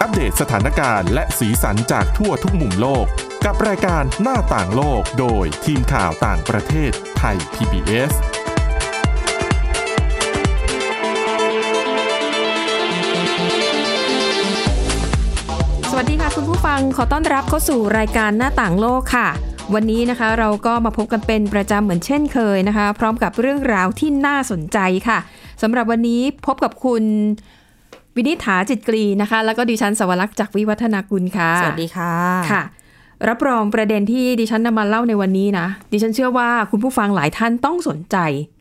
อัปเดตสถานการณ์และสีสันจากทั่วทุกมุมโลก กับรายการหน้าต่างโลกโดยทีมข่าวต่างประเทศไทย PBS สวัสดีค่ะคุณผู้ฟังขอต้อนรับเข้าสู่รายการหน้าต่างโลกค่ะ วันนี้นะคะเราก็มาพบกันเป็นประจำเหมือนเช่นเคยนะคะ พร้อมกับเรื่องราวที่น่าสนใจค่ะสำหรับวันนี้พบกับคุณวินิษฐาจิตกรีนะคะ แล้วก็ดิฉันสวรักษ์จากวิวัฒนากุลค่ะ สวัสดีค่ะ ค่ะ รับรองประเด็นที่ดิฉันนำมาเล่าในวันนี้นะดิฉันเชื่อว่าคุณผู้ฟังหลายท่านต้องสนใจ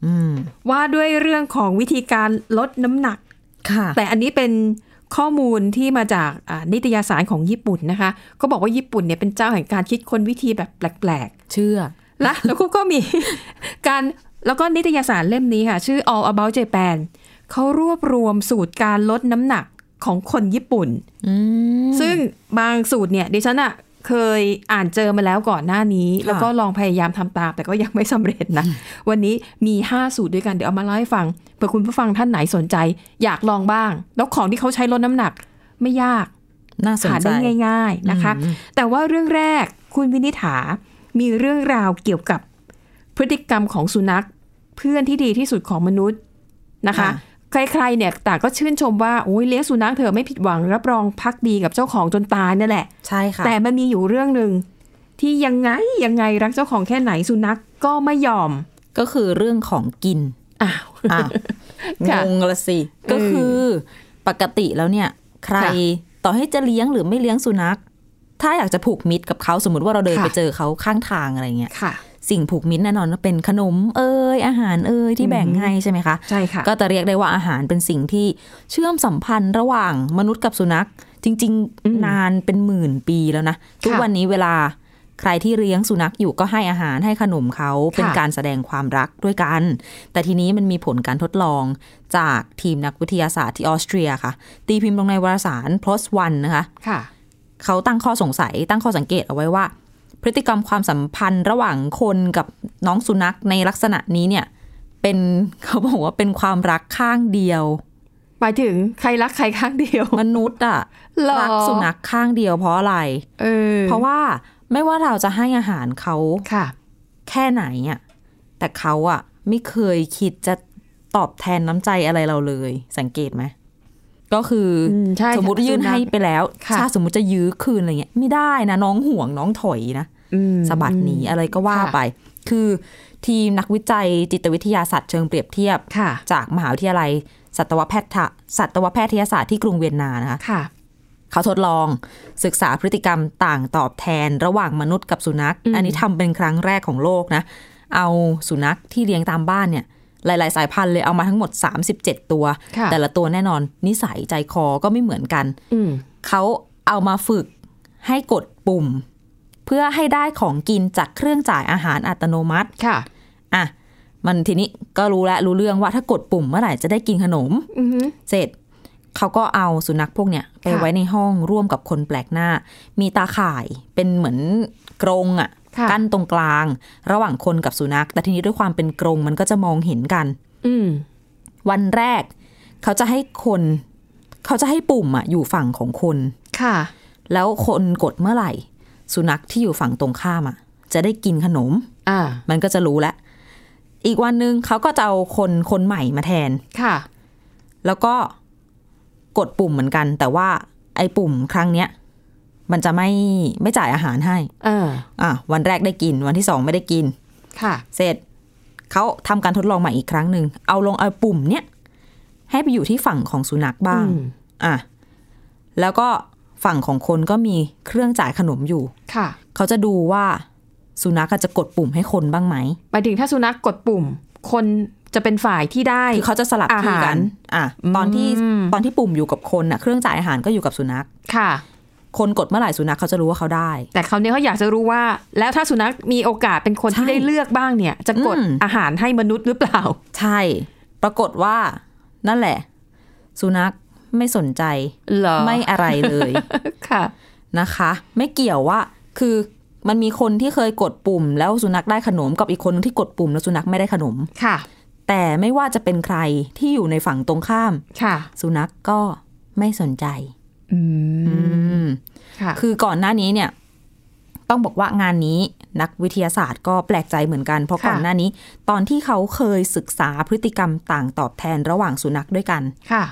อืม ว่าด้วยเรื่องของวิธีการลดน้ำหนัก ค่ะ แต่อันนี้เป็นข้อมูลที่มาจากอ่านิตยสารของญี่ปุ่นนะคะ ก็บอกว่าญี่ปุ่นเนี่ยเป็นเจ้าแห่งการคิดค้นวิธีแบบแปลก เชื่อ ๆและ แล้วก็ก็มี การแล้วก็นิตยสารเล่มนี้ค่ะ ชื่อ All About Japan เขารวบรวมสูตรการลดน้ำหนักของคนญี่ปุ่น อืม ซึ่งบางสูตรเนี่ยดิฉันอะเคยอ่านเจอมาแล้วก่อนหน้านี้ ค่ะ แล้วก็ลองพยายามทำตาม แต่ก็ยังไม่สำเร็จ นะ วันนี้มี 5 สูตรด้วยกัน เดี๋ยวเอามาเล่าให้ฟังเผื่อคุณผู้ฟังท่านไหนสนใจ อยากลองบ้าง แล้วของที่เขาใช้ลดน้ำหนัก ไม่ยาก น่าสน หา ใจ ได้ง่าย ๆนะคะ อืม แต่ว่าเรื่องแรกคุณวินิษฐา มีเรื่องราวเกี่ยวกับพฤติกรรมของสุนัข เพื่อนที่ดีที่สุดของมนุษย์นะคะ ค่ะ ใครๆเนี่ยต่างก็ชื่นชมว่าโอ้ยเลี้ยงสุนัขเธอะไม่ผิดหวัง รับรองพักดีกับเจ้าของจนตายนั่นแหละ ใช่ค่ะ แต่มันมีอยู่เรื่องหนึ่งที่ยังไงยังไงรักเจ้าของแค่ไหนสุนัขก็ไม่ยอม ก็คือเรื่องของกิน อ้าว อ่ะง ค่ะ งละสิ ก็คือปกติแล้วเนี่ย ใคร ค่ะ ต่อให้จะเลี้ยงหรือไม่เลี้ยงสุนัข ถ้าอยากจะผูกมิตรกับเขาสมมติว่าเราเดิน ค่ะ ไปเจอเขาข้างทางอะไรเงี้ย ค่ะ สิ่งผูกมิตรแน่นอนว่าเป็นขนมเอ่ยอาหารเอ่ยที่แบ่ง อืม ให้ใช่ไหมคะ ใช่ค่ะ ก็จะเรียกได้ว่าอาหารเป็นสิ่งที่เชื่อมสัมพันธ์ระหว่างมนุษย์กับสุนัข จริง ๆ นานเป็นหมื่นปีแล้วนะ ทุกวันนี้เวลาใครที่เลี้ยงสุนัขอยู่ก็ให้อาหารให้ขนมเขาเป็นการแสดงความรักด้วยกัน แต่ทีนี้มันมีผลการทดลองจากทีมนักวิทยาศาสตร์ที่ออสเตรียค่ะ ตีพิมพ์ลงในวารสาร PLOS ONE นะคะ ค่ะ เขาตั้งข้อสงสัยตั้งข้อสังเกตเอาไว้ว่า พฤติกรรมความสัมพันธ์ระหว่างคนกับน้องสุนัขในลักษณะนี้เนี่ย เป็น เขาบอกว่าเป็นความรักข้างเดียว หมายถึงใครรักใครข้างเดียว มนุษย์อะ หรอ รัสุนัขข้างเดียวเพราะอะไร เออ เพราะว่าไม่ว่าเราจะให้อาหารเขา ค่ะ แค่ไหนอะแต่เขาอะไม่เคยคิดจะตอบแทนน้ำใจอะไรเราเลย สังเกตไหมก็คืออ มใช่ สมมติว่ายื่น สุนัข ให้ไปแล้ว ค่ะ ถ้าสมมติจะยื้อคืนอะไรเงี้ยไม่ได้นะน้องห่วงน้องถอยนะ อืม สะบัดหนีอะไรก็ว่า ค่ะ ไป คือทีมนักวิจัยจิตวิทยาศาสตร์เชิงเปรียบเทียบ ค่ะ จากมหาวิทยาลัยสัตวแพทย์สัตวแพทยศาสตร์ที่กรุงเวียนนานะคะ ค่ะ เขาทดลองศึกษาพฤติกรรมต่างตอบแทนระหว่างมนุษย์กับสุนัข อันนี้ทำเป็นครั้งแรกของโลกนะ เอาสุนัขที่เลี้ยงตามบ้านเนี่ย หลาย ๆ สายพันธุ์เลยเอามาทั้งหมด 37 ตัว ค่ะ แต่ละตัวแน่นอนนิสัยใจคอก็ไม่เหมือนกัน อืม เขาเอามาฝึกให้กดปุ่ม เพื่อให้ได้ของกินจากเครื่องจ่ายอาหารอัตโนมัติ ค่ะ อ่ะมันทีนี้ก็รู้แล้วรู้เรื่องว่าถ้ากดปุ่มเมื่อไหร่จะได้กินขนม อือหือ เสร็จเขาก็เอาสุนัขพวกเนี้ยไป ค่ะ ไว้ในห้องร่วมกับคนแปลกหน้า มีตาข่ายเป็นเหมือนกรงอะ ค่ะ กั้นตรงกลาง ระหว่างคนกับสุนัข แต่ทีนี้ด้วยความเป็นกรงมันก็จะมองเห็นกัน อืม วันแรก เขาจะให้คน เขาจะให้ปุ่มอะอยู่ฝั่งของคน ค่ะ แล้วคนกดเมื่อไหร่ สุนัขที่อยู่ฝั่งตรงข้ามอ่ะ จะได้กินขนม อ่า มันก็จะรู้แล้ว อีกวันหนึ่งเขาก็จะเอาคนคนใหม่มาแทน ค่ะ แล้วก็กดปุ่มเหมือนกัน แต่ว่าไอ้ปุ่มครั้งเนี้ย มันจะไม่ไม่จ่ายอาหารให้ เออ อ่ะวันแรกได้กิน วันที่สองไม่ได้กิน ค่ะ เสร็จเขาทำการทดลองใหม่อีกครั้งหนึ่งเอาลงเอาปุ่มเนี้ยให้ไปอยู่ที่ฝั่งของสุนัขบ้าง อืม อ่ะแล้วก็ฝั่งของคนก็มีเครื่องจ่ายขนมอยู่ ค่ะ เขาจะดูว่าสุนัขอะจะกดปุ่มให้คนบ้างไหม หมายถึงถ้าสุนัขกดปุ่ม คนจะเป็นฝ่ายที่ได้ คือเขาจะสลับที่ อา กั หาร น อ่ะ ตอนที่ อืม ตอนที่ปุ่มอยู่กับคนน่ะ เครื่องจ่ายอาหารก็อยู่กับสุนัข ค่ะ คนกดเมื่อไหร่สุนัขเขาจะรู้ว่าเขาได้ แต่คราวนี้เขาอยากจะรู้ว่า แล้วถ้าสุนัขมีโอกาสเป็นคนที่ ใช่ ได้เลือกบ้างเนี่ย จะกด อืม อาหารให้มนุษย์หรือเปล่า ใช่ ปรากฏว่า นั่นแหละ สุนัขไม่สนใจ เหรอ ไม่อะไรเลย ค่ะ นะคะ ไม่เกี่ยวว่า คือมันมีคนที่เคยกดปุ่ม แล้วสุนัขได้ขนมกับอีกคนนึงที่กดปุ่มแล้วสุนัขไม่ได้ขนม ค่ะ แต่ไม่ว่าจะเป็นใครที่อยู่ในฝั่งตรงข้าม ค่ะ สุนัขกก็ไม่สนใจ อื อื ม ม ค่ะ คือก่อนหน้านี้เนี่ยต้องบอกว่างานนี้นักวิทยาศาสตร์ก็แปลกใจเหมือนกัน เพราะก่อนหน้านี้ ตอนที่เขาเคยศึกษาพฤติกรรมต่างตอบแทนระหว่างสุนัขด้วยกัน ค่ะ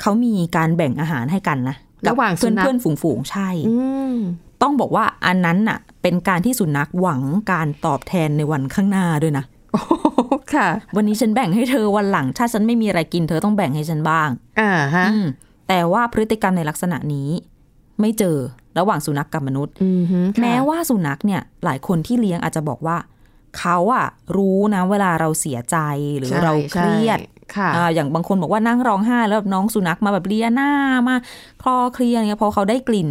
เขามีการแบ่งอาหารให้กันนะกับ ระหว่างสุ เพื่อน นัข เพื่อนฝูงฝูงๆใช่ อืม ต้องบอกว่าอันนั้นน่ะ เป็นการที่สุนัขหวังการตอบแทนในวันข้างหน้าด้วยนะ โอ้โห ค่ะ วันนี้ฉันแบ่งให้เธอวันหลัง ถ้าฉันไม่มีอะไรกินเธอต้องแบ่งให้ฉันบ้าง อ่าฮะ อืมแต่ว่าพฤติกรรมในลักษณะนี้ ไม่เจอระหว่างสุนัขกับมนุษย์ อืมฮึค่ะ แม้ว่าสุนัขเนี่ยหลายคนที่เลี้ยงอาจจะบอกว่า เขาอะรู้นะเวลาเราเสียใจหรือ ใช่ เราเครียด ใช่ค่ะ อ่าอย่างบางคนบอกว่านั่งร้องไห้แล้วแบบน้องสุนัขมาแบบเลียหน้ามาคลอเคลียอย่างเงี้ยพอเขาได้กลิ่น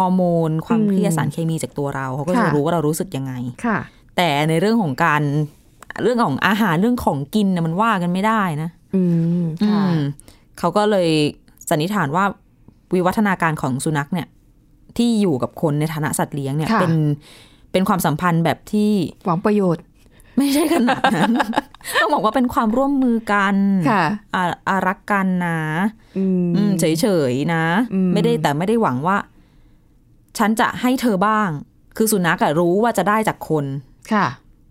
ฮอร์โมน ความ อืม เครียดสารเคมีจากตัวเราเขาก็จะ ค่ะ รู้ว่าเรารู้สึกยังไง ค่ะ แต่ในเรื่องของการเรื่องของอาหารเรื่องของกินนะมันว่ากันไม่ได้นะ อืมค่ะ อืมเขาก็เลยสันนิษฐานว่าวิวัฒนาการของสุนัขเนี่ยที่อยู่กับคนในฐานะสัตว์เลี้ยงเนี่ย ค่ะ เป็นเป็นความสัมพันธ์แบบที่ หวังประโยชน์ ไม่ใช่ขนาดนั้น ต้องบอกว่าเป็นความร่วมมือกัน ค่ะ อาอารักกันนะ อืม อืมเฉยๆนะ อืม ไม่ได้แต่ไม่ได้หวังว่า ฉันจะให้เธอบ้าง คือสุนัขอะรู้ว่าจะได้จากคน ค่ะ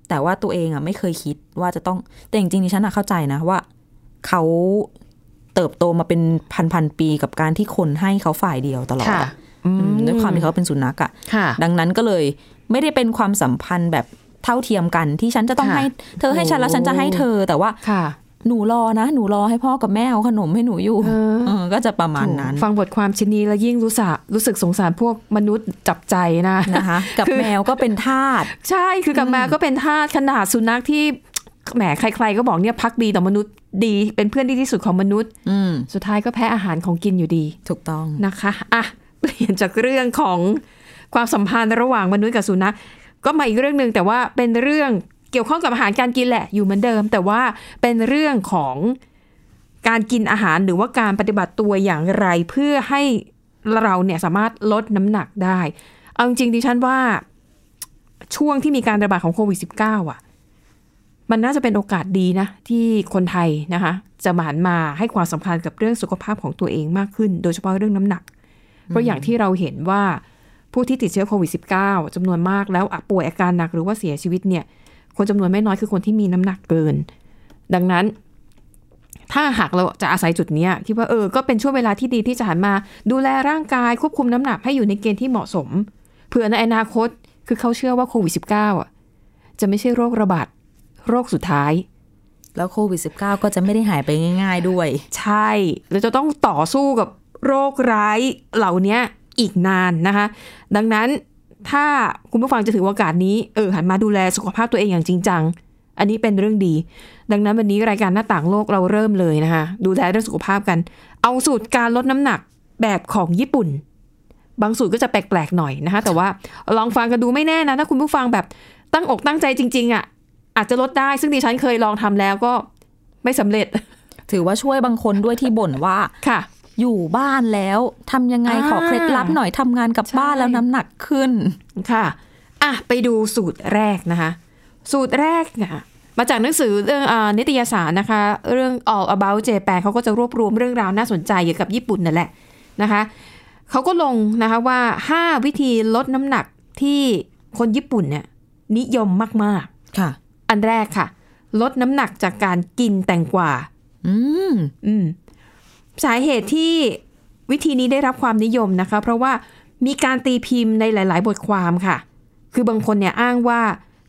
แต่ว่าตัวเองอ่ะไม่เคยคิดว่าจะต้องแต่จริงๆดิฉันอะเข้าใจนะว่า เขาเติบโตมาเป็นพันๆปีกับการที่คนให้เขาฝ่ายเดียวตลอด ค่ะ อะอืมด้วยความที่เขาเป็นสุนัขอ่ะ ค่ะ ดังนั้นก็เลยไม่ได้เป็นความสัมพันธ์แบบเท่าเทียมกันที่ฉันจะต้อง ค่ะ ให้ เธอให้ฉันแล้ว โอ้ ฉันจะให้เธอ แต่ว่า ค่ะ หนูรอนะ หนูรอให้พ่อกับแม่เอาขนมให้หนูอยู่ เออ เออก็จะประมาณนั้น โถฟังบทความชิ้นนี้แล้วยิ่งรู้สึกรู้สึกสงสารพวกมนุษย์จับใจนะ นะคะ กับ คือ แมวก็เป็นทาส ใช่คือกลับมาก็เป็นทาสขนาดสุนัขที่ แหมใคร ๆ ก็บอกเนี่ยพักดีต่อมนุษย์ดี เป็นเพื่อนที่ที่สุดของมนุษย์ อืม สุดท้ายก็แพ้อาหารของกินอยู่ดี ถูกต้อง นะคะอ่ะ เปลี่ยนจากเรื่องของความสัมพันธ์ระหว่างมนุษย์กับสุนัขก็มาอีกเรื่องหนึ่งแต่ว่าเป็นเรื่องเกี่ยวข้องกับอาหารการกินแหละอยู่เหมือนเดิม แต่ว่าเป็นเรื่องของการกินอาหารหรือว่าการปฏิบัติตัวอย่างไรเพื่อให้เราเนี่ยสามารถลดน้ำหนักได้ เอาจริงๆดิฉันว่า ช่วงที่มีการระบาดของโควิด -19 อ่ะ มันน่าจะเป็นโอกาสดีนะ ที่คนไทยนะคะ จะหมานมาให้ความสำคัญกับเรื่องสุขภาพของตัวเองมากขึ้น โดยเฉพาะเรื่องน้ำหนัก เพราะอย่างที่เราเห็นว่าผู้ที่ติดเชื้อโควิด -19 จำนวนมากแล้วอ่ะป่วยอาการหนักหรือว่าเสียชีวิตเนี่ย คนจำนวนไม่น้อยคือคนที่มีน้ำหนักเกิน ดังนั้น ถ้าหากเราจะอาศัยจุดเนี้ยคิดว่าเออก็เป็นช่วงเวลาที่ดีที่จะหันมา ดูแลร่างกายควบคุมน้ำหนักให้อยู่ในเกณฑ์ที่เหมาะสม เผื่อในอนาคตคือเขาเชื่อว่าโควิด -19 อ่ะจะไม่ใช่โรคระบาดโรคสุดท้าย แล้วโควิด -19 ก็จะไม่ได้หายไปง่าย ๆด้วย ใช่เราจะต้องต่อสู้กับโรคร้ายเหล่านี้อีกนานนะคะ ดังนั้นถ้าคุณผู้ฟังจะถือโอกาสนี้เออหันมาดูแลสุขภาพตัวเองอย่างจริงจัง อันนี้เป็นเรื่องดี ดังนั้นวันนี้รายการหน้าต่างโลกเราเริ่มเลยนะคะ ดูแลเรื่องสุขภาพกัน เอาสูตรการลดน้ำหนักแบบของญี่ปุ่น บางสูตรก็จะแปลกๆหน่อยนะคะ แต่ว่าลองฟังกันดูไม่แน่นะ ถ้าคุณผู้ฟังแบบตั้งอกตั้งใจจริง ๆอะ่ะอาจจะลดได้ซึ่งดิฉันเคยลองทำแล้วก็ไม่สำเร็จ ถือว่าช่วยบางคนด้วยที่บ่นว่า ค่ะ อยู่บ้านแล้วทำยังไง อ่า ขอเคล็ดลับหน่อยทำงานกับ ใช่ บ้านแล้วน้ำหนักขึ้น ค่ะ อ่ะ ไปดูสูตรแรกนะคะ สูตรแรกเนี่ยมาจากหนังสือเรื่องอานิตยสารนะคะ เรื่อง All About Japan เขาก็จะรวบรวมเรื่องราวน่าสนใจเกี่ยวกับญี่ปุ่นนั่นแหละนะคะ เขาก็ลงนะคะว่า 5 วิธีลดน้ำหนักที่คนญี่ปุ่นเนี่ยนิยมมาก ค่ะ ๆ อันแรกค่ะ ลดน้ำหนักจากการกินแตงกวา อืม อืมสาเหตุที่วิธีนี้ได้รับความนิยมนะคะ เพราะว่ามีการตีพิมพ์ในหลาย ๆ บทความค่ะ คือบางคนเนี่ยอ้างว่า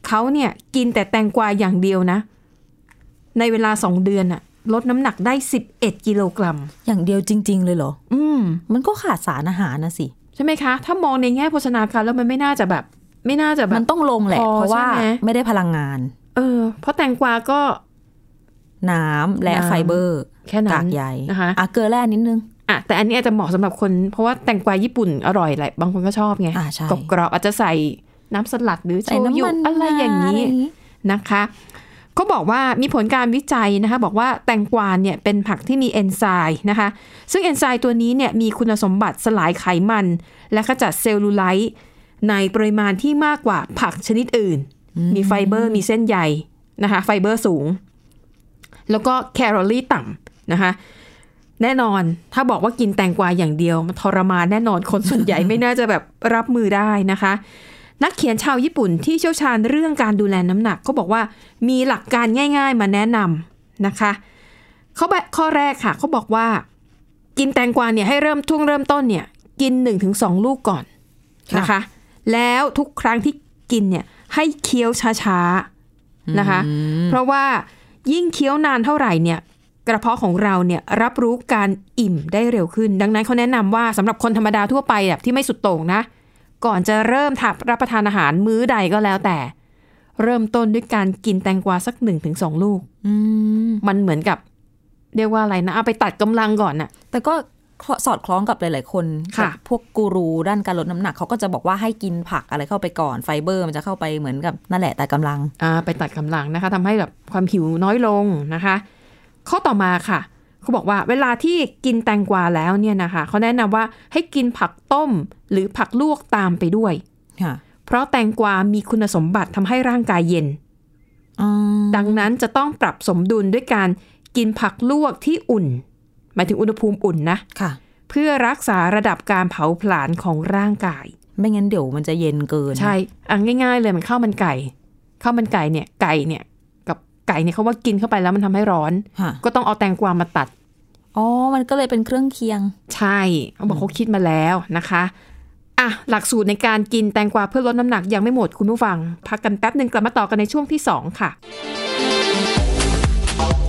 เขาเนี่ยกินแต่แตงกวาอย่างเดียวนะ ในเวลาสองเดือนอะลดน้ำหนักได้ 11 กิโลกรัม อย่างเดียวจริง ๆ เลยเหรอ อืม มันก็ขาดสารอาหารนะสิ ใช่ไหมคะ ถ้ามองในแง่โภชนาการแล้วมันไม่น่าจะแบบ ไม่น่าจะแบ มั บ นต้องลงแหละ พอ เพราะว่า ใช่ไหม ไม่ได้พลังงาน เออ เพราะแตงกวาก็ น้ำและ น้ำ ไฟเบอร์ แค่นั้ กาน กใย นะคะ อ่ะเกลือแร่นิดนึง อ่ะแต่อันนี้อาจจะเหมาะสำหรับคนเพราะว่าแตงกวาญี่ปุ่นอร่อยแหละบางคนก็ชอบไง อ่าใช่ กรอบๆอาจจะใส่น้ำสลัดหรือโช ใส่น้ำ ยุ มัน อะไรอย่าง นี้ นี้นะคะเขาบอกว่ามีผลการวิจัยนะคะบอกว่าแตงกวาเนี่ยเป็นผักที่มีเอนไซม์นะคะซึ่งเอนไซม์ตัวนี้เนี่ยมีคุณสมบัติสลายไขมัน และขจัดเซลลูไลท์ในปริมาณที่มากกว่าผักชนิดอื่น มีไฟเบอร์มีเส้นใยนะคะไฟเบอร์สูง แล้วก็แคลอรี่ต่ำนะคะ แน่นอน ถ้าบอกว่ากินแตงกวาอย่างเดียว มันทรมานแน่นอนคนส่วนใหญ่ ไม่น่าจะแบบรับมือได้นะคะ นักเขียนชาวญี่ปุ่นที่เชี่ยวชาญเรื่องการดูแลน้ำหนักก็บอกว่ามีหลักการง่าย ๆ มาแนะนำนะคะข้อแบข้อแรกค่ะเขาบอกว่า กินแตงกวาเนี่ยให้เริ่มช่วงเริ่มต้นเนี่ย กิน 1-2 ลูกก่อนนะคะ แล้วทุกครั้งที่กินเนี่ยให้เคี้ยวช้าๆนะคะ เพราะว่ายิ่งเคี้ยวนานเท่าไหร่เนี่ย กระเพาะของเราเนี่ยรับรู้การอิ่มได้เร็วขึ้น ดังนั้นเขาแนะนำว่าสำหรับคนธรรมดาทั่วไปแบบที่ไม่สุดโต่งนะ ก่อนจะเริ่มทับรับประทานอาหารมื้อใดก็แล้วแต่ เริ่มต้นด้วยการกินแตงกวาสักหนึ่งถึงสองลูก อืม มันเหมือนกับ เรียกว่าอะไรนะเอาไปตัดกำลังก่อนน่ะ แต่ก็สอดคล้องกับหลาย ๆ คน ค่ะ แบบพวกกูรูด้านการลดน้ำหนักเขาก็จะบอกว่าให้กินผักอะไรเข้าไปก่อนไฟเบอร์มันจะเข้าไปเหมือนกับนั่นแหละแต่กำลัง อ่าไปตัดกำลังนะคะทำให้แบบความหิวน้อยลงนะคะ ข้อต่อมาค่ะ เขาบอกว่าเวลาที่กินแตงกวาแล้วเนี่ยนะคะเขาแนะนำว่าให้กินผักต้มหรือผักลวกตามไปด้วย ค่ะ เพราะแตงกวามีคุณสมบัติทำให้ร่างกายเย็น อืม ดังนั้นจะต้องปรับสมดุลด้วยการกินผักลวกที่อุ่น หมายถึงอุณหภูมิอุ่นนะ ค่ะ เพื่อรักษาระดับการเผาผลาญของร่างกาย ไม่งั้นเดี๋ยวมันจะเย็นเกิน ใช่อ่ะง่ายๆเลยเหมันข้าวมันไก่ข้าวมันไก่เนี่ยไก่เนี่ยกับไก่เนี่ยเขาว่ากินเข้าไปแล้วมันทำให้ร้อน ค่ะ ก็ต้องเอาแตงกวามาตัด อ๋อ มันก็เลยเป็นเครื่องเคียง ใช่เขาบอกเขาคิดมาแล้วนะคะอ่ะหลักสูตรในการกินแตงกวาเพื่อลดน้ำหนักยังไม่หมดคุณผู้ฟัง พักกันแป๊บหนึ่งกลับมาต่อกันในช่วงที่ 2 ค่ะ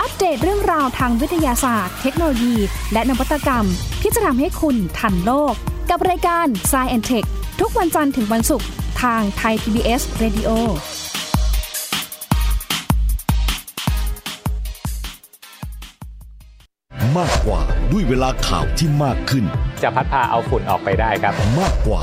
อัปเดตเรื่องราวทางวิทยาศาสตร์ เทคโนโลยี และนวัตกรรม ที่จะทำให้คุณทันโลก กับรายการ s c i e n t e c h ทุกวันจันทร์ถึงวันศุกร์ทางไทย PBS Radio มากกว่าด้วยเวลาข่าวที่มากขึ้น จะพัดพาเอาฝุ่นออกไปได้ครับ มากกว่า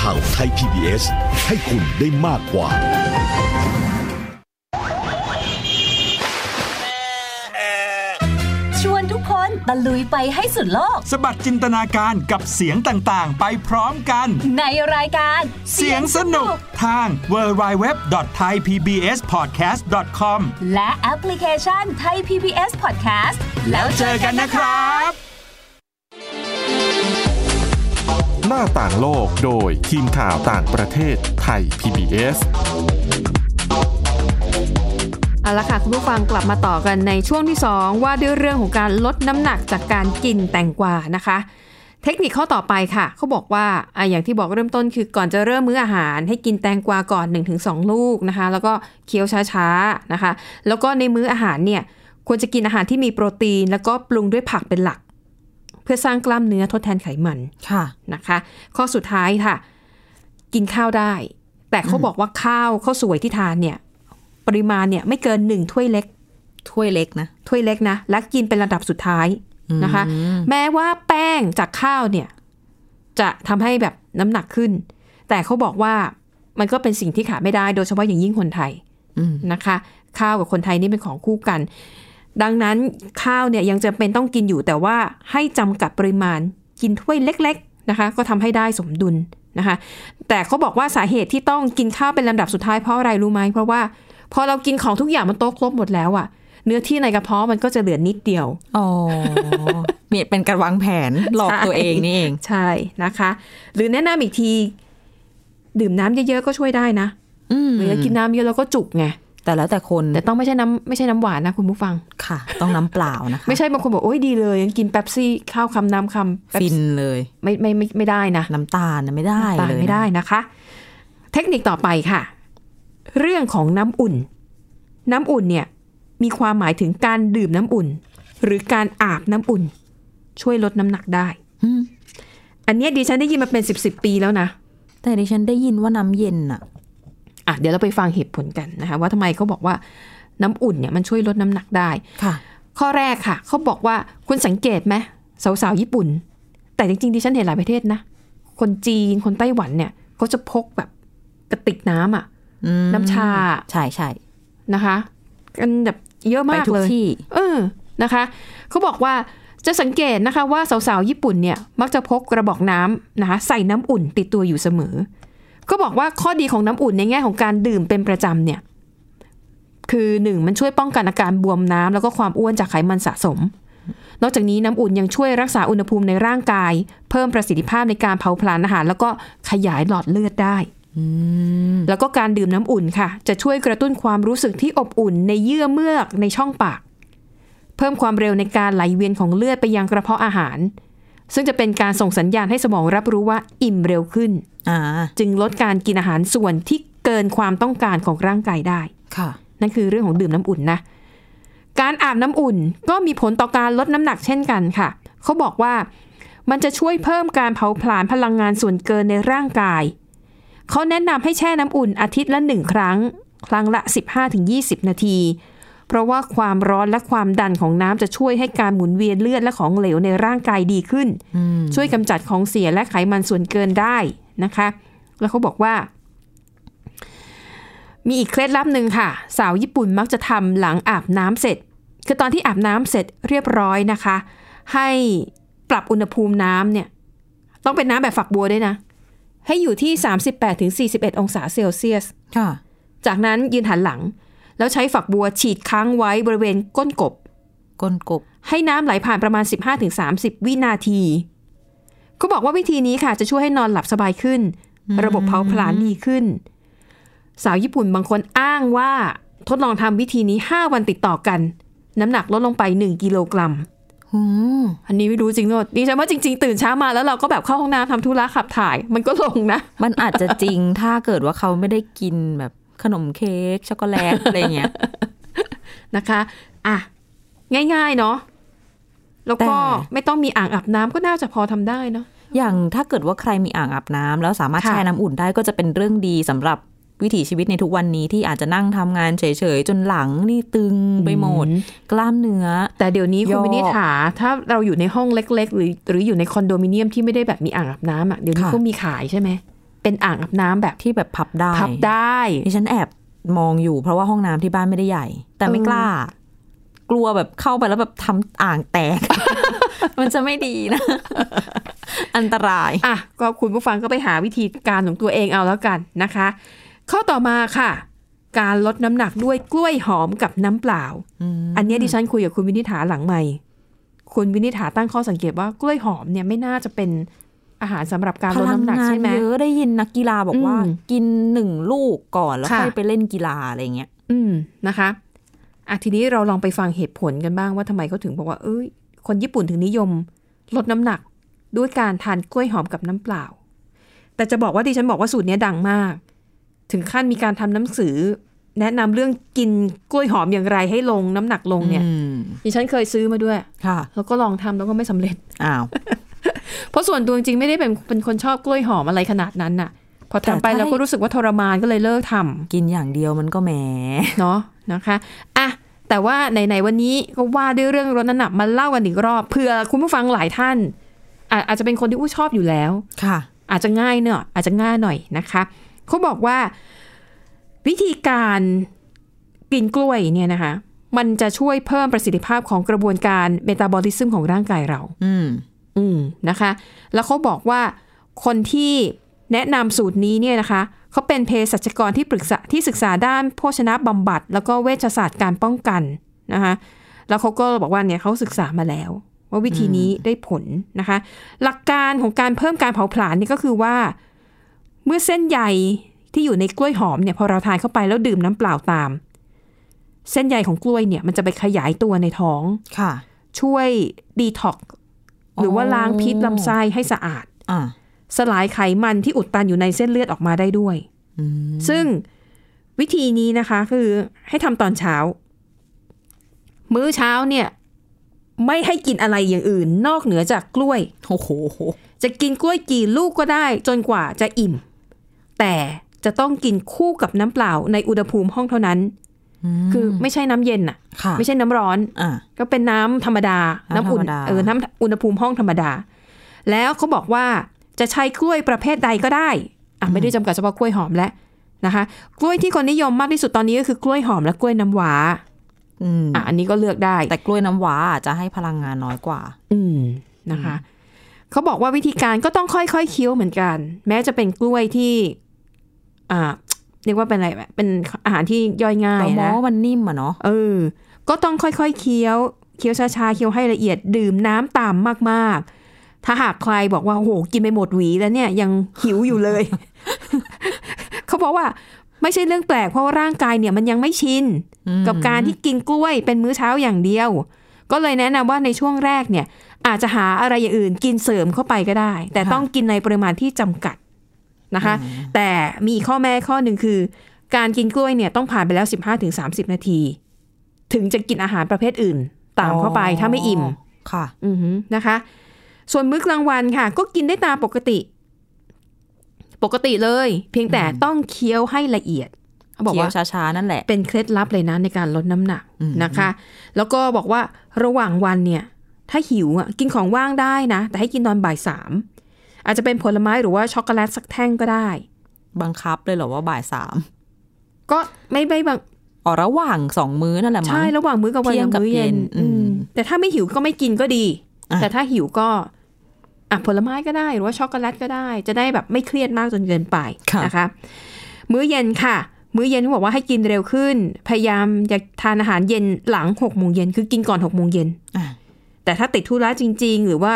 ข่าวไทย PBS ให้คุณได้มากกว่า ชวนทุกคนตะลุยไปให้สุดโลก สะบัดจินตนาการกับเสียงต่าง ๆ ไปพร้อมกัน ในรายการ เสียงสนุกทาง www.thaipbspodcast.com และแอปพลิเคชันไทย PBS Podcast แล้วเจอกันนะครับ หน้าต่างโลกโดยทีมข่าวต่างประเทศไทย PBS เอาละค่ะ คุณผู้ฟังกลับมาต่อกันในช่วงที่ 2 ว่าด้วยเรื่องของการลดน้ำหนักจากการกินแตงกวานะคะ เทคนิคข้อต่อไปค่ะเขาบอกว่าอ่ะอย่างที่บอกเริ่มต้นคือก่อนจะเริ่มมื้ออาหาร ให้กินแตงกวาก่อน 1-2 ลูกนะคะ แล้วก็เคี้ยวช้าๆนะคะ แล้วก็ในมื้ออาหารเนี่ยควรจะกินอาหารที่มีโปรตีน แล้วก็ปรุงด้วยผักเป็นหลัก เพื่อสร้างกล้ามเนื้อทดแทนไขมัน ค่ะ นะคะข้อสุดท้ายค่ะ กินข้าวได้ แต่เขาบอกว่าข้าวข้าวสวยที่ทานเนี่ย ปริมาณเนี่ยไม่เกินหนึ่งถ้วยเล็ก ถ้วยเล็กนะ ถ้วยเล็กนะ และกินเป็นระดับสุดท้ายนะคะ แม้ว่าแป้งจากข้าวเนี่ย จะทำให้แบบน้ำหนักขึ้น แต่เขาบอกว่ามันก็เป็นสิ่งที่ขาดไม่ได้โดยเฉพาะอย่างยิ่งคนไทย อืม นะคะ ข้าวกับคนไทยนี่เป็นของคู่กัน ดังนั้นข้าวเนี่ยยังจำเป็นต้องกินอยู่แต่ว่าให้จำกัดปริมาณกินถ้วยเล็ก ๆนะคะ ก็ทำให้ได้สมดุลนะคะ แต่เขาบอกว่าสาเหตุที่ต้องกินข้าวเป็นลำดับสุดท้ายเพราะอะไรรู้ไหมเพราะว่าพอเรากินของทุกอย่างมันโต๊ะครบหมดแล้วอะเนื้อที่ในกระเพาะมันก็จะเหลือนิดเดียว อ๋อ มีเป็นการวางแผนหลอกตัวเองนี่เอง ใช่นะคะ หรือแนะนำอีกที ดื่มน้ำเยอะๆก็ช่วยได้นะ อืม หรือกินน้ำเยอะแล้วก็จุกไง แต่แล้วแต่คน แต่ต้องไม่ใช่น้ำไม่ใช่น้ำหวานนะคุณผู้ฟัง ค่ะ ต้องน้ำเปล่านะคะ ไม่ใช่บางคนบอกโอ้ยดีเลยยังกินแป๊บซี่ข้าวคำน้ำคำแป๊บ ฟินเลย ไม่ไม่ไม่ไม่ได้นะ น้ำตาลนะไม่ได้ ตาย เลย ไม่ได้ นะ นะคะ ค เทคนิคต่อไปค่ะ เรื่องของน้ำอุ่น น้ำอุ่นเนี่ยมีความหมายถึงการดื่มน้ำอุ่น หรือการอาบน้ำอุ่น ช่วยลดน้ำหนักได้ อืม อันเนี้ยดิฉันได้ยินมาเป็นสิบสิบปีแล้วนะ แต่ดิฉันได้ยินว่าน้ำเย็นอะ อ่ะเดี๋ยวเราไปฟังเหตุผลกันนะคะ ว่าทำไมเขาบอกว่าน้ำอุ่นเนี่ยมันช่วยลดน้ำหนักได้ ค่ะ ข้อแรกค่ะ เขาบอกว่าคุณสังเกตไหมสาวสาวๆญี่ปุ่น แต่จริงๆดิฉันเห็นหลายประเทศนะ คนจีนคนไต้หวันเนี่ยเขาจะพกแบบกระติกน้ำอ่ะ อืม น้ำชา ใช่ใช่ นะคะกันแบบเยอะ ไป มาก ทุก เลย ที่ เออ นะคะ เขาบอกว่าจะสังเกตนะคะว่าสาวๆ ญี่ปุ่นเนี่ยมักจะพกกระบอกน้ำนะคะใส่น้ำอุ่นติดตัวอยู่เสมอ ก็บอกว่าข้อดีของน้ำอุ่นในแง่ของการดื่มเป็นประจำเนี่ย คือหนึ่งมันช่วยป้องกันอาการบวมน้ำแล้วก็ความอ้วนจากไขมันสะสม นอกจากนี้น้ำอุ่นยังช่วยรักษาอุณหภูมิในร่างกาย เพิ่มประสิทธิภาพในการเผาผลาญอาหาร แล้วก็ขยายหลอดเลือดได้ แล้วก็การดื่มน้ำอุ่นค่ะ จะช่วยกระตุ้นความรู้สึกที่อบอุ่นในเยื่อเมือกในช่องปาก เพิ่มความเร็วในการไหลเวียนของเลือดไปยังกระเพาะอาหาร ซึ่งจะเป็นการส่งสัญญาณให้สมองรับรู้ว่าอิ่มเร็วขึ้น อ่า จึงลดการกินอาหารส่วนที่เกินความต้องการของร่างกายได้ ค่ะ นั่นคือเรื่องของดื่มน้ำอุ่นนะ การอาบน้ำอุ่นก็มีผลต่อการลดน้ำหนักเช่นกันค่ะ เขาบอกว่ามันจะช่วยเพิ่มการเผาผลาญพลังงานส่วนเกินในร่างกาย เขาแนะนำให้แช่น้ำอุ่นอาทิตย์ละหนึ่งครั้ง ครั้งละ 15-20 นาที เพราะว่าความร้อนและความดันของน้ำจะช่วยให้การหมุนเวียนเลือดและของเหลวในร่างกายดีขึ้น ช่วยกำจัดของเสียและไขมันส่วนเกินได้นะคะ แล้วเขาบอกว่า มีอีกเคล็ดลับหนึ่งค่ะ สาวญี่ปุ่นมักจะทำหลังอาบน้ำเสร็จ คือตอนที่อาบน้ำเสร็จเรียบร้อยนะคะ ให้ปรับอุณหภูมิน้ำเนี่ย ต้องเป็นน้ำแบบฝักบัวด้วยนะ ให้อยู่ที่ 38-41 องศาเซลเซียส ค่ะ จากนั้นยืนหันหลัง แล้วใช้ฝักบัวฉีดค้างไว้บริเวณก้นกบ กลกบ ให้น้ำไหลผ่านประมาณ 15-30 วินาที ก็บอกว่าวิธีนี้ค่ะจะช่วยให้นอนหลับสบายขึ้น ระบบเผาผลาญดีขึ้น สาวญี่ปุ่นบางคนอ้างว่าทดลองทำวิธีนี้ 5 วันติดต่อกัน น้ำหนักลดลงไป 1 กิโลกรัม อืม อันนี้ไม่รู้จริงหรอดิฉันว่าจริง ๆ ตื่นเช้ามาแล้วเราก็แบบเข้าห้องน้ำทำธุระขับถ่าย มันก็ลงนะ มันอาจจะจริง ถ้าเกิดว่าเขาไม่ได้กินแบบขนมเค้กช็อกโกแลต อะไรเงี้ย นะคะ อ่ะ ง่ายๆเนาะแล้วก็ แต่ ไม่ต้องมีอ่างอาบน้ำก็น่าจะพอทำได้เนาะ อย่างถ้าเกิดว่าใครมีอ่างอาบน้ำแล้วสามารถ ค่ะ แช่น้ำอุ่นได้ก็จะเป็นเรื่องดีสำหรับวิถีชีวิตในทุกวันนี้ที่อาจจะนั่งทำงานเฉยๆ จนหลังนี่ตึงไปหมด กล้ามเนื้อ แต่เดี๋ยวนี้คุณ ยอก วินิษฐาถ้าเราอยู่ในห้องเล็ก ๆ หรือหรืออยู่ในคอนโดมิเนียมที่ไม่ได้แบบมีอ่างอาบน้ำอ่ะเดี๋ยวนี้ก็มีขายใช่ไหม เป็นอ่างอาบน้ำแบบ ที่แบบพับได้ พับได้ ดิฉันแอบมองอยู่เพราะว่าห้องน้ำที่บ้านไม่ได้ใหญ่ แต่ไม่ เออ กล้า กลัวแบบเข้าไปแล้วแบบทำอ่างแต ก มันจะไม่ดีนะ อันตราย อ่ะก็คุณผู้ฟังก็ไปหาวิธีการของตัวเองเอาแล้วกันนะคะ ข้อต่อมาค่ะ การลดน้ำหนักด้วยกล้วยหอมกับน้ำเปล่า อันเนี้ยดิฉันคุยกับคุณวินิษฐาหลังใหม่ คุณวินิษฐาตั้งข้อสังเกตว่ากล้วยหอมเนี่ยไม่น่าจะเป็นอาหารสำหรับการ พ ลด ลัง น้ำหนัก งาน ใช่ไหม เยอะได้ยินนักกีฬาบอกว่า อืม กินหนึ่งลูกก่อนแล้ว ค่ะ ค่อยไปเล่นกีฬาอะไรเงี้ย อืมนะคะอ่ะทีนี้เราลองไปฟังเหตุผลกันบ้างว่าทำไมเขาถึงบอกว่าเอ้ย คนญี่ปุ่นถึงนิยม ลดน้ำหนักด้วยการทานกล้วยหอมกับน้ำเปล่า แต่จะบอกว่าดิฉันบอกว่าสูตรเนี้ยดังมาก ถึงขั้นมีการทำหนังสือ แนะนำเรื่องกินกล้วยหอมอย่างไรให้ลงน้ำหนักลงเนี่ย อืม ดิฉันเคยซื้อมาด้วย ค่ะ แล้วก็ลองทำแล้วก็ไม่สำเร็จ อ้าว เพราะส่วนตัวจริงๆไม่ได้เป็นเป็นคนชอบกล้วยหอมอะไรขนาดนั้นน่ะ พอทำไป แต่ถ้า แล้วก็รู้สึกว่าทรมานก็เลยเลิกทำ กินอย่างเดียวมันก็แหม เนาะนะคะอ่ะแต่ว่าไหนๆวันนี้ก็ว่าด้วยเรื่องรถน้ำหนักมาเล่ากันอีกรอบเผื่อคุณผู้ฟังหลายท่านอาอาจจะเป็นคนที่อู้ชอบอยู่แล้ว ค่ะ อาจจะง่ายเนอะอาจจะง่ายหน่อยนะคะเขาบอกว่าวิธีการกินกล้วยเนี่ยนะคะ มันจะช่วยเพิ่มประสิทธิภาพของกระบวนการเมตาบอลิซึมของร่างกายเรา อืม อืมนะคะ แล้วเขาบอกว่าคนที่แนะนำสูตรนี้เนี่ยนะคะเขาเป็นเภสัชกรที่ปรึกษาที่ศึกษาด้านโภชนะบำบัด แล้วก็เวชศาสตร์การป้องกันนะคะแล้วเขาก็บอกว่าเนี่ยเขาศึกษามาแล้ว ว่าวิธีนี้ได้ผลนะคะ หลักการของการเพิ่มการเผาผลาญเนี่ยก็คือว่า เมื่อเส้นใยที่อยู่ในกล้วยหอมเนี่ยพอเราทานเข้าไปแล้วดื่มน้ำเปล่าตาม เส้นใยของกล้วยเนี่ยมันจะไปขยายตัวในท้อง ค่ะ ช่วยดีท็อกซ์หรือว่าล้างพิษลำไส้ให้สะอาด อ่า สลายไขมันที่อุดตันอยู่ในเส้นเลือดออกมาได้ด้วย ซึ่งวิธีนี้นะคะคือให้ทำตอนเช้า มื้อเช้าเนี่ย ไม่ให้กินอะไรอย่างอื่น นอกเหนือจากกล้วย โอ้โห จะกินกล้วยกี่ลูกก็ได้จนกว่าจะอิ่ม แต่จะต้องกินคู่กับน้ำเปล่าในอุณหภูมิห้องเท่านั้น คือไม่ใช่น้ำเย็นน่ะ ค่ะ ไม่ใช่น้ำร้อน อ่า ก็เป็นน้ำธรรมดา น้ำ น้ำธรรม อุ่น ดา เออ น้ำอุณหภูมิห้องธรรมดา แล้วเขาบอกว่าจะใช้กล้วยประเภทใดก็ได้ อ่ะไม่ได้จำกัดเฉพาะกล้วยหอมแล้วนะคะ กล้วยที่คนนิยมมากที่สุดตอนนี้ก็คือกล้วยหอมและกล้วยน้ำว้า อืม อ่ะอันนี้ก็เลือกได้ แต่กล้วยน้ำว้าอาจจะให้พลังงานน้อยกว่า อืมนะคะ เขาบอกว่าวิธีการก็ต้องค่อยๆเคี้ยวเหมือนกัน แม้จะเป็นกล้วยที่ อ่า เรียกว่าเป็นอะไรเป็นอาหารที่ย่อยง่าย เรามอง นะ ว่ามันนิ่มอะเนาะ เออ ก็ต้องค่อยๆเคี้ยว เคี้ยวช้าๆ เคี้ยวให้ละเอียด ดื่มน้ำตามมากๆ ถ้าหากใครบอกว่า โอ้โห กินไปหมดหวีแล้วเนี่ยยังหิวอยู่เลย เขาบอกว่า ไม่ใช่เรื่องแปลกเพราะว่าร่างกายเนี่ยมันยังไม่ชิน กับการที่กินกล้วยเป็นมื้อเช้าอย่างเดียว ก็เลยแนะนำว่าในช่วงแรกเนี่ย อาจจะหาอะไรอย่างอื่นกินเสริมเข้าไปก็ได้ แต่ต้องกินในปริมาณที่จำกัดนะคะ แต่มีข้อแม้ข้อหนึ่งคือ การกินกล้วยเนี่ยต้องผ่านไปแล้ว 15-30 นาที ถึงจะกินอาหารประเภทอื่น ตามเข้าไปถ้าไม่อิ่ม ค่ะ อือหือนะคะ ส่วนมื้อกลางวันค่ะ ก็กินได้ตามปกติ ปกติเลย เพียงแต่ต้องเคี้ยวให้ละเอียดเขาบอก เคี้ย ว่า วช้าๆ นั่นแหละ เป็นเคล็ดลับเลยนะในการลดน้ำหนักนะคะ แล้วก็บอกว่าระหว่างวันเนี่ย ถ้าหิวอ่ะกินของว่างได้นะ แต่ให้กินตอนบ่ายสามอาจจะเป็นผลไม้หรือว่าช็อกโกแลตสักแท่งก็ได้ บังคับเลยเหรอว่าบ่ายสาม ก็ไม่ไม่บาง อ๋อระหว่างสองมื้อนั่นแหละมั้ง ใช่ระหว่างมื้อกับวัน เที่ยงกับ มื้อเย็น เย็นอืม อืมแต่ถ้าไม่หิวก็ไม่กินก็ดี อ่ะ แต่ถ้าหิวก็อ่ะผลไม้ก็ได้ หรือว่าช็อกโกแลตก็ได้ จะได้แบบไม่เครียดมากจนเกินไปนะคะ มื้อเย็นค่ะ มื้อเย็นเขาบอกว่าให้กินเร็วขึ้น พยายามอย่าทานอาหารเย็นหลังหกโมงเย็นคือกินก่อนหกโมงเย็น อ่ะ แต่ถ้าติดธุระจริง ๆ หรือว่า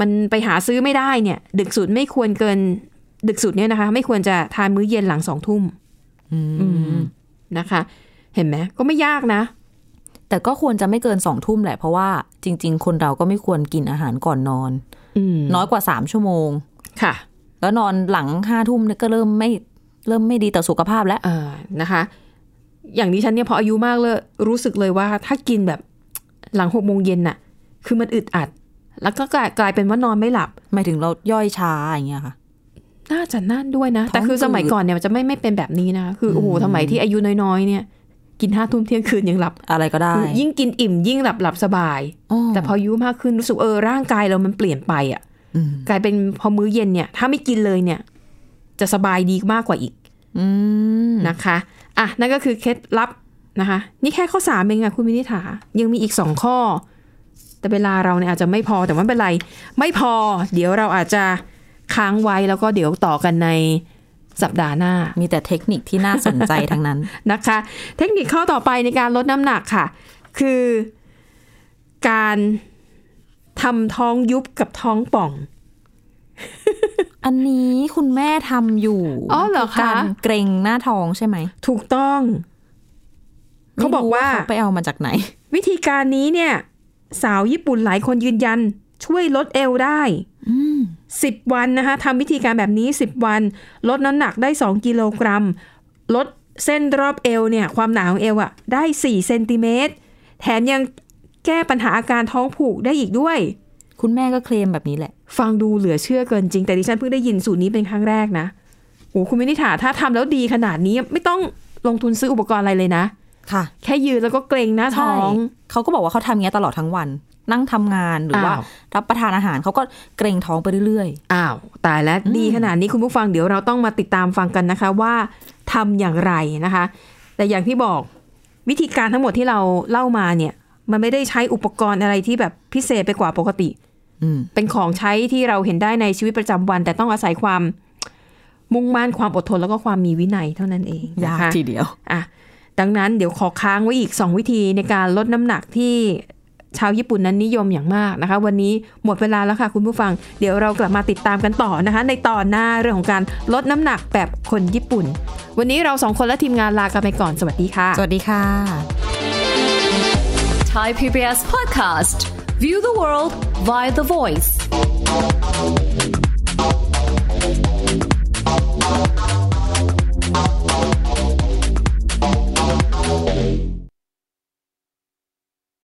มันไปหาซื้อไม่ได้เนี่ย ดึกสุดไม่ควรเกิน ดึกสุดเนี่ยนะคะ ไม่ควรจะทานมื้อเย็นหลังสองทุ่มอืมนะคะ เห็นไหมก็ไม่ยากนะ แต่ก็ควรจะไม่เกินสองทุ่มแหละ เพราะว่าจริง ๆ คนเราก็ไม่ควรกินอาหารก่อนนอน อืม น้อยกว่าสามชั่วโมง ค่ะ แล้วนอนหลังห้าทุ่มเนี่ยก็เริ่มไม่เริ่มไม่ดีต่อสุขภาพแล้ว เออนะคะ อย่างนี้ฉันเนี่ยพออายุมากเลยรู้สึกเลยว่า ถ้ากินแบบหลังหกโมงเย็นน่ะ คือมันอึดอัด แล้วก็กลายกลายเป็นว่านอนไม่หลับ หมายถึงเราย่อยช้าอย่างเงี้ยค่ะ น่าจะนั่นด้วยนะ แต่คือ ท้องอืด สมัยก่อนเนี่ยมันจะไม่ไม่เป็นแบบนี้นะคือโอ้โหสมัยที่อายุน้อยๆเนี่ย กินห้าทุ่มเที่ยงคืนยังหลับ อะไรก็ได้ ยิ่งกินอิ่มยิ่งหลับหลับสบาย อ้อ แต่พออายุมากขึ้นรู้สึกเออร่างกายเรามันเปลี่ยนไปอ่ะ ม กลายเป็นพอมื้อเย็นเนี่ย ถ้าไม่กินเลยเนี่ย จะสบายดีมากกว่าอีก อืม นะคะอ่ะนั่นก็คือเคล็ดลับนะคะ นี่แค่ข้อสามเองอะคุณมินิถา ยังมีอีกสองข้อ แต่เวลาเราเนี่ยอาจจะไม่พอแต่ว่าไม่เป็นไร ไม่พอ เดี๋ยวเราอาจจะค้างไว้แล้วก็เดี๋ยวต่อกันในสัปดาห์หน้า มีแต่เทคนิคที่น่าสนใจทั้งนั้น นะคะ เทคนิคข้อต่อไปในการลดน้ำหนักค่ะ คือการทำท้องยุบกับท้องป่อง อันนี้คุณแม่ทำอยู่ อ๋อเหรอคะ การเกรงหน้าท้องใช่ไหม ถูกต้อง เขาบอกว่า ไม่รู้เขไปเอามาจากไหน วิธีการนี้เนี่ย สาวญี่ปุ่นหลายคนยืนยัน ช่วยลดเอวได้สิบวันนะคะทำวิธีการแบบนี้ 10 วัน ลดน้ำหนักได้ 2 กิโลกรัม ลดเส้นรอบเอวเนี่ย ความหนาของเอวอะได้ 4 เซนติเมตร แถมยังแก้ปัญหาอาการท้องผูกได้อีกด้วย คุณแม่ก็เคลมแบบนี้แหละ ฟังดูเหลือเชื่อเกินจริง แต่ดิฉันเพิ่งได้ยินสูตรนี้เป็นครั้งแรกนะโอ้คุณมินิถาถ้าทำแล้วดีขนาดนี้ไม่ต้องลงทุนซื้ออุปกรณ์อะไรเลยนะ ค่ะ แค่ยืนแล้วก็เกรงหน้าท้อง เขาก็บอกว่าเขาทำอย่างเงี้ยตลอดทั้งวัน นั่งทำงานหรือว่า อ้าว รับประทานอาหารเขาก็เกรงท้องไปเรื่อย อ้าว ตายแล้วดีขนาดนี้คุณผู้ฟังเดี๋ยวเราต้องมาติดตามฟังกันนะคะว่าทำอย่างไรนะคะ แต่อย่างที่บอกวิธีการทั้งหมดที่เราเล่ามาเนี่ย มันไม่ได้ใช้อุปกรณ์อะไรที่แบบพิเศษไปกว่าปกติ อืม เป็นของใช้ที่เราเห็นได้ในชีวิตประจำวัน แต่ต้องอาศัยความมุ่งมั่นความอดทนแล้วก็ความมีวินัยเท่านั้นเอง ๆ ยา นะ ก คะ ทีเดียว อ่ะดังนั้นเดี๋ยวขอค้างไว้อีก 2 วิธีในการลดน้ำหนักที่ชาวญี่ปุ่นนั้นนิยมอย่างมากนะคะ วันนี้หมดเวลาแล้วค่ะคุณผู้ฟัง เดี๋ยวเรากลับมาติดตามกันต่อนะคะ ในตอนหน้าเรื่องของการลดน้ำหนักแบบคนญี่ปุ่น วันนี้เราสองคนและทีมงานลากันไปก่อนสวัสดีค่ะ สวัสดีค่ะ Thai PBS podcast. View the world via the voice.